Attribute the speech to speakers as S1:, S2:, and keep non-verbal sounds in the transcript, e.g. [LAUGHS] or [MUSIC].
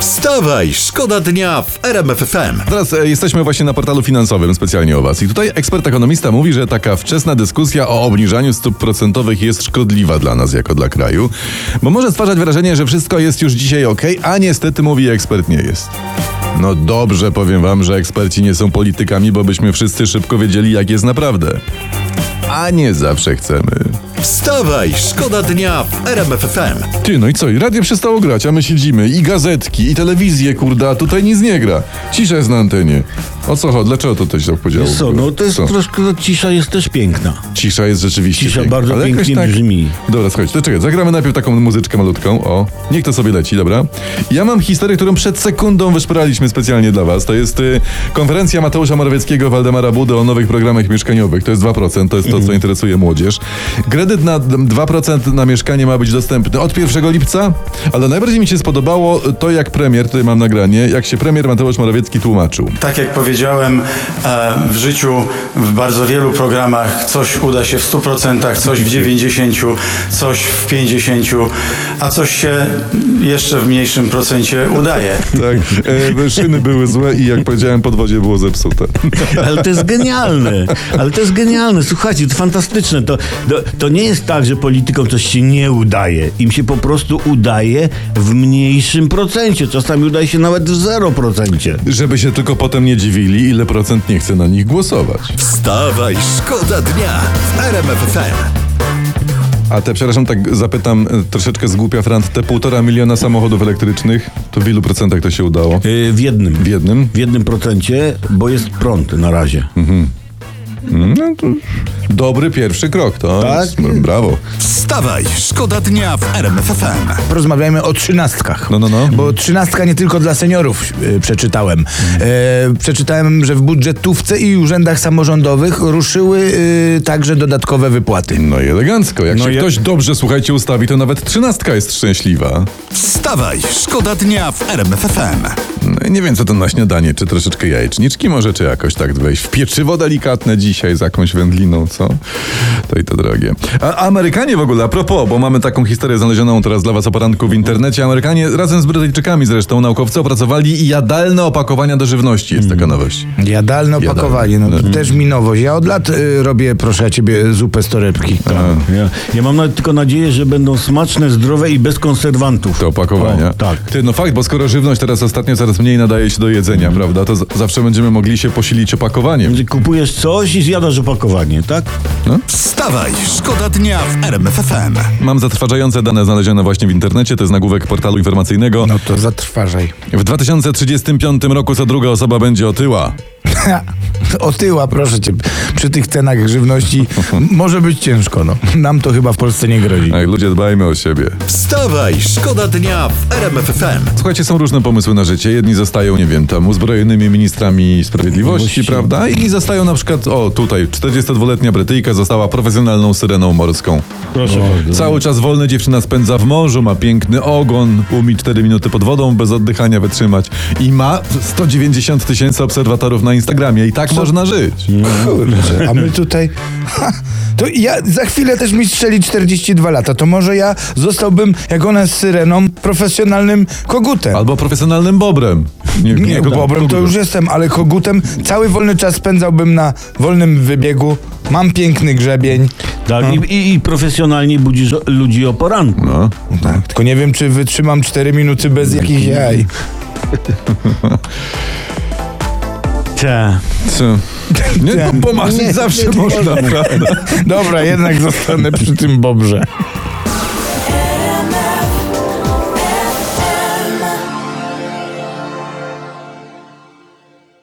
S1: Wstawaj, szkoda dnia w RMF FM.
S2: Teraz e, jesteśmy właśnie na portalu finansowym specjalnie o Was. I tutaj ekspert ekonomista mówi, że taka wczesna dyskusja o obniżaniu stóp procentowych jest szkodliwa dla nas jako dla kraju, bo może stwarzać wrażenie, że wszystko jest już dzisiaj ok, a niestety mówi ekspert nie jest. No dobrze powiem Wam, że eksperci nie są politykami, bo byśmy wszyscy szybko wiedzieli, jak jest naprawdę. A nie zawsze chcemy.
S1: Wstawaj, szkoda dnia w RMF FM.
S2: Ty, no i co? I radio przestało grać, a my siedzimy. I gazetki, i telewizję, kurda, a tutaj nic nie gra. Cisza jest na antenie. O co chodzi? Dlaczego to też tak podziało?
S3: Co, no to jest
S2: Co?
S3: troszkę, no, cisza jest też piękna.
S2: Cisza jest rzeczywiście
S3: Cisza
S2: piękna,
S3: bardzo
S2: ale jakoś tak-
S3: pięknie brzmi.
S2: Dobra, słuchajcie, to czekaj, zagramy najpierw taką muzyczkę malutką, o. Niech to sobie leci, dobra? Ja mam historię, którą przed sekundą wyszperaliśmy specjalnie dla was. To jest y, konferencja Mateusza Morawieckiego, Waldemara Budy o nowych programach mieszkaniowych. To jest 2%, to jest to,
S3: Mhm.
S2: co interesuje młodzież. Kredyt na 2% na mieszkanie ma być dostępny od 1 lipca, ale najbardziej mi się spodobało to, jak premier, tutaj mam nagranie, jak się premier Mateusz Morawiecki tłumaczył.
S4: Tak jak powiedziałem, e, w życiu w bardzo wielu programach coś uda się w 100%, coś w 90%, coś w 50%, a coś się jeszcze w mniejszym procencie udaje.
S3: [LAUGHS]
S2: Tak, e, szyny były złe i jak powiedziałem, podwozie było zepsute.
S3: Ale to jest genialne. Ale to jest genialne. Słuchajcie, to fantastyczne. To, to, to nie jest tak, że politykom coś się nie udaje. Im się po prostu udaje w mniejszym procencie. Czasami udaje się nawet w 0%.
S2: Żeby się tylko potem nie dziwili, ile procent nie chce na nich głosować.
S1: Wstawaj, szkoda dnia w RMF FM.
S2: A te, przepraszam, tak zapytam, e, troszeczkę zgłupia Frant, te półtora miliona samochodów elektrycznych, to w ilu procentach to się udało?
S3: Yy, w jednym.
S2: W jednym?
S3: W jednym procencie, bo jest prąd na razie.
S2: Hmm, no Dobry pierwszy krok, to
S3: Tak?
S2: jest- no, brawo.
S1: Wstawaj, szkoda dnia w RMF FM.
S5: Porozmawiajmy o trzynastkach.
S2: No, no, no.
S5: Bo trzynastka nie tylko dla seniorów y, przeczytałem. E, przeczytałem, że w budżetówce i urzędach samorządowych ruszyły y, także dodatkowe wypłaty.
S2: No i elegancko. Jak się ktoś dobrze, słuchajcie, ustawi, to nawet trzynastka jest szczęśliwa.
S1: Wstawaj, szkoda dnia w RMF FM.
S2: No i nie wiem, co to na śniadanie, czy troszeczkę jajeczniczki może, czy jakoś tak wejść w pieczywo delikatne dzisiaj z jakąś wędliną, co? To i to drogie. A Amerykanie w ogóle, a propos, bo mamy taką historię znalezioną teraz dla was o poranku w internecie. Amerykanie razem z Brytyjczykami zresztą, naukowcy opracowali jadalne opakowania do żywności. Jest
S3: Mm.
S2: taka nowość.
S5: Jadalne opakowanie, no, też mi nowość. Ja od lat y, robię, proszę ciebie, zupę z torebki.
S2: Mhm.
S3: Ja, ja mam nawet tylko nadzieję, że będą smaczne, zdrowe i bez konserwantów.
S2: Te opakowania.
S3: O, tak.
S2: Ty, no fakt, bo skoro żywność teraz ostatnio coraz mniej nadaje się do jedzenia,
S3: Mm.
S2: prawda, to z- zawsze będziemy mogli się posilić opakowaniem.
S3: Że Kupujesz coś i zjadasz opakowanie, tak?
S1: Wstawaj, szkoda dnia w RMF FM.
S2: Mam zatrważające dane znalezione właśnie w internecie, to jest nagłówek portalu informacyjnego.
S5: No to [LAUGHS] zatrważaj.
S2: W 2035 roku co druga osoba będzie otyła.
S5: Otyła, proszę cię. Przy tych cenach żywności m- może być ciężko, no. Nam to chyba w Polsce nie grozi.
S2: Ej, ludzie, dbajmy o siebie.
S1: Wstawaj, szkoda dnia w RMF FM.
S2: Słuchajcie, są różne pomysły na życie. Jedni zostają, nie wiem, tam uzbrojonymi ministrami sprawiedliwości, prawda? Inni zostają na przykład, o tutaj, 42-letnia Brytyjka została profesjonalną syreną morską.
S3: Proszę bardzo.
S2: Cały czas wolny dziewczyna spędza w morzu, ma piękny ogon, umie 4 minuty pod wodą bez oddychania wytrzymać i ma 190 tysięcy obserwatorów na Instagramie i tak można żyć.
S5: Kurczę, a my
S2: [LAUGHS]
S5: tutaj. [LAUGHS] Ha, to ja za chwilę też mi strzeli 42 lata. To może ja zostałbym, jak ona z syreną, profesjonalnym kogutem.
S2: Albo profesjonalnym bobrem. Nie,
S5: Nie, bobrem to już jestem, ale kogutem cały wolny czas spędzałbym na wolnym wybiegu. Mam piękny grzebień.
S3: Tak, i, i, i profesjonalnie budzisz ludzi o poranku.
S2: No.
S5: Tak, tylko nie wiem, czy wytrzymam 4 minuty bez jakichś jaj.
S3: Te.
S2: Co? Nie, bo pomagać
S5: Nie,
S2: zawsze można, prawda?
S5: Dobra, jednak zostanę przy tym bobrze.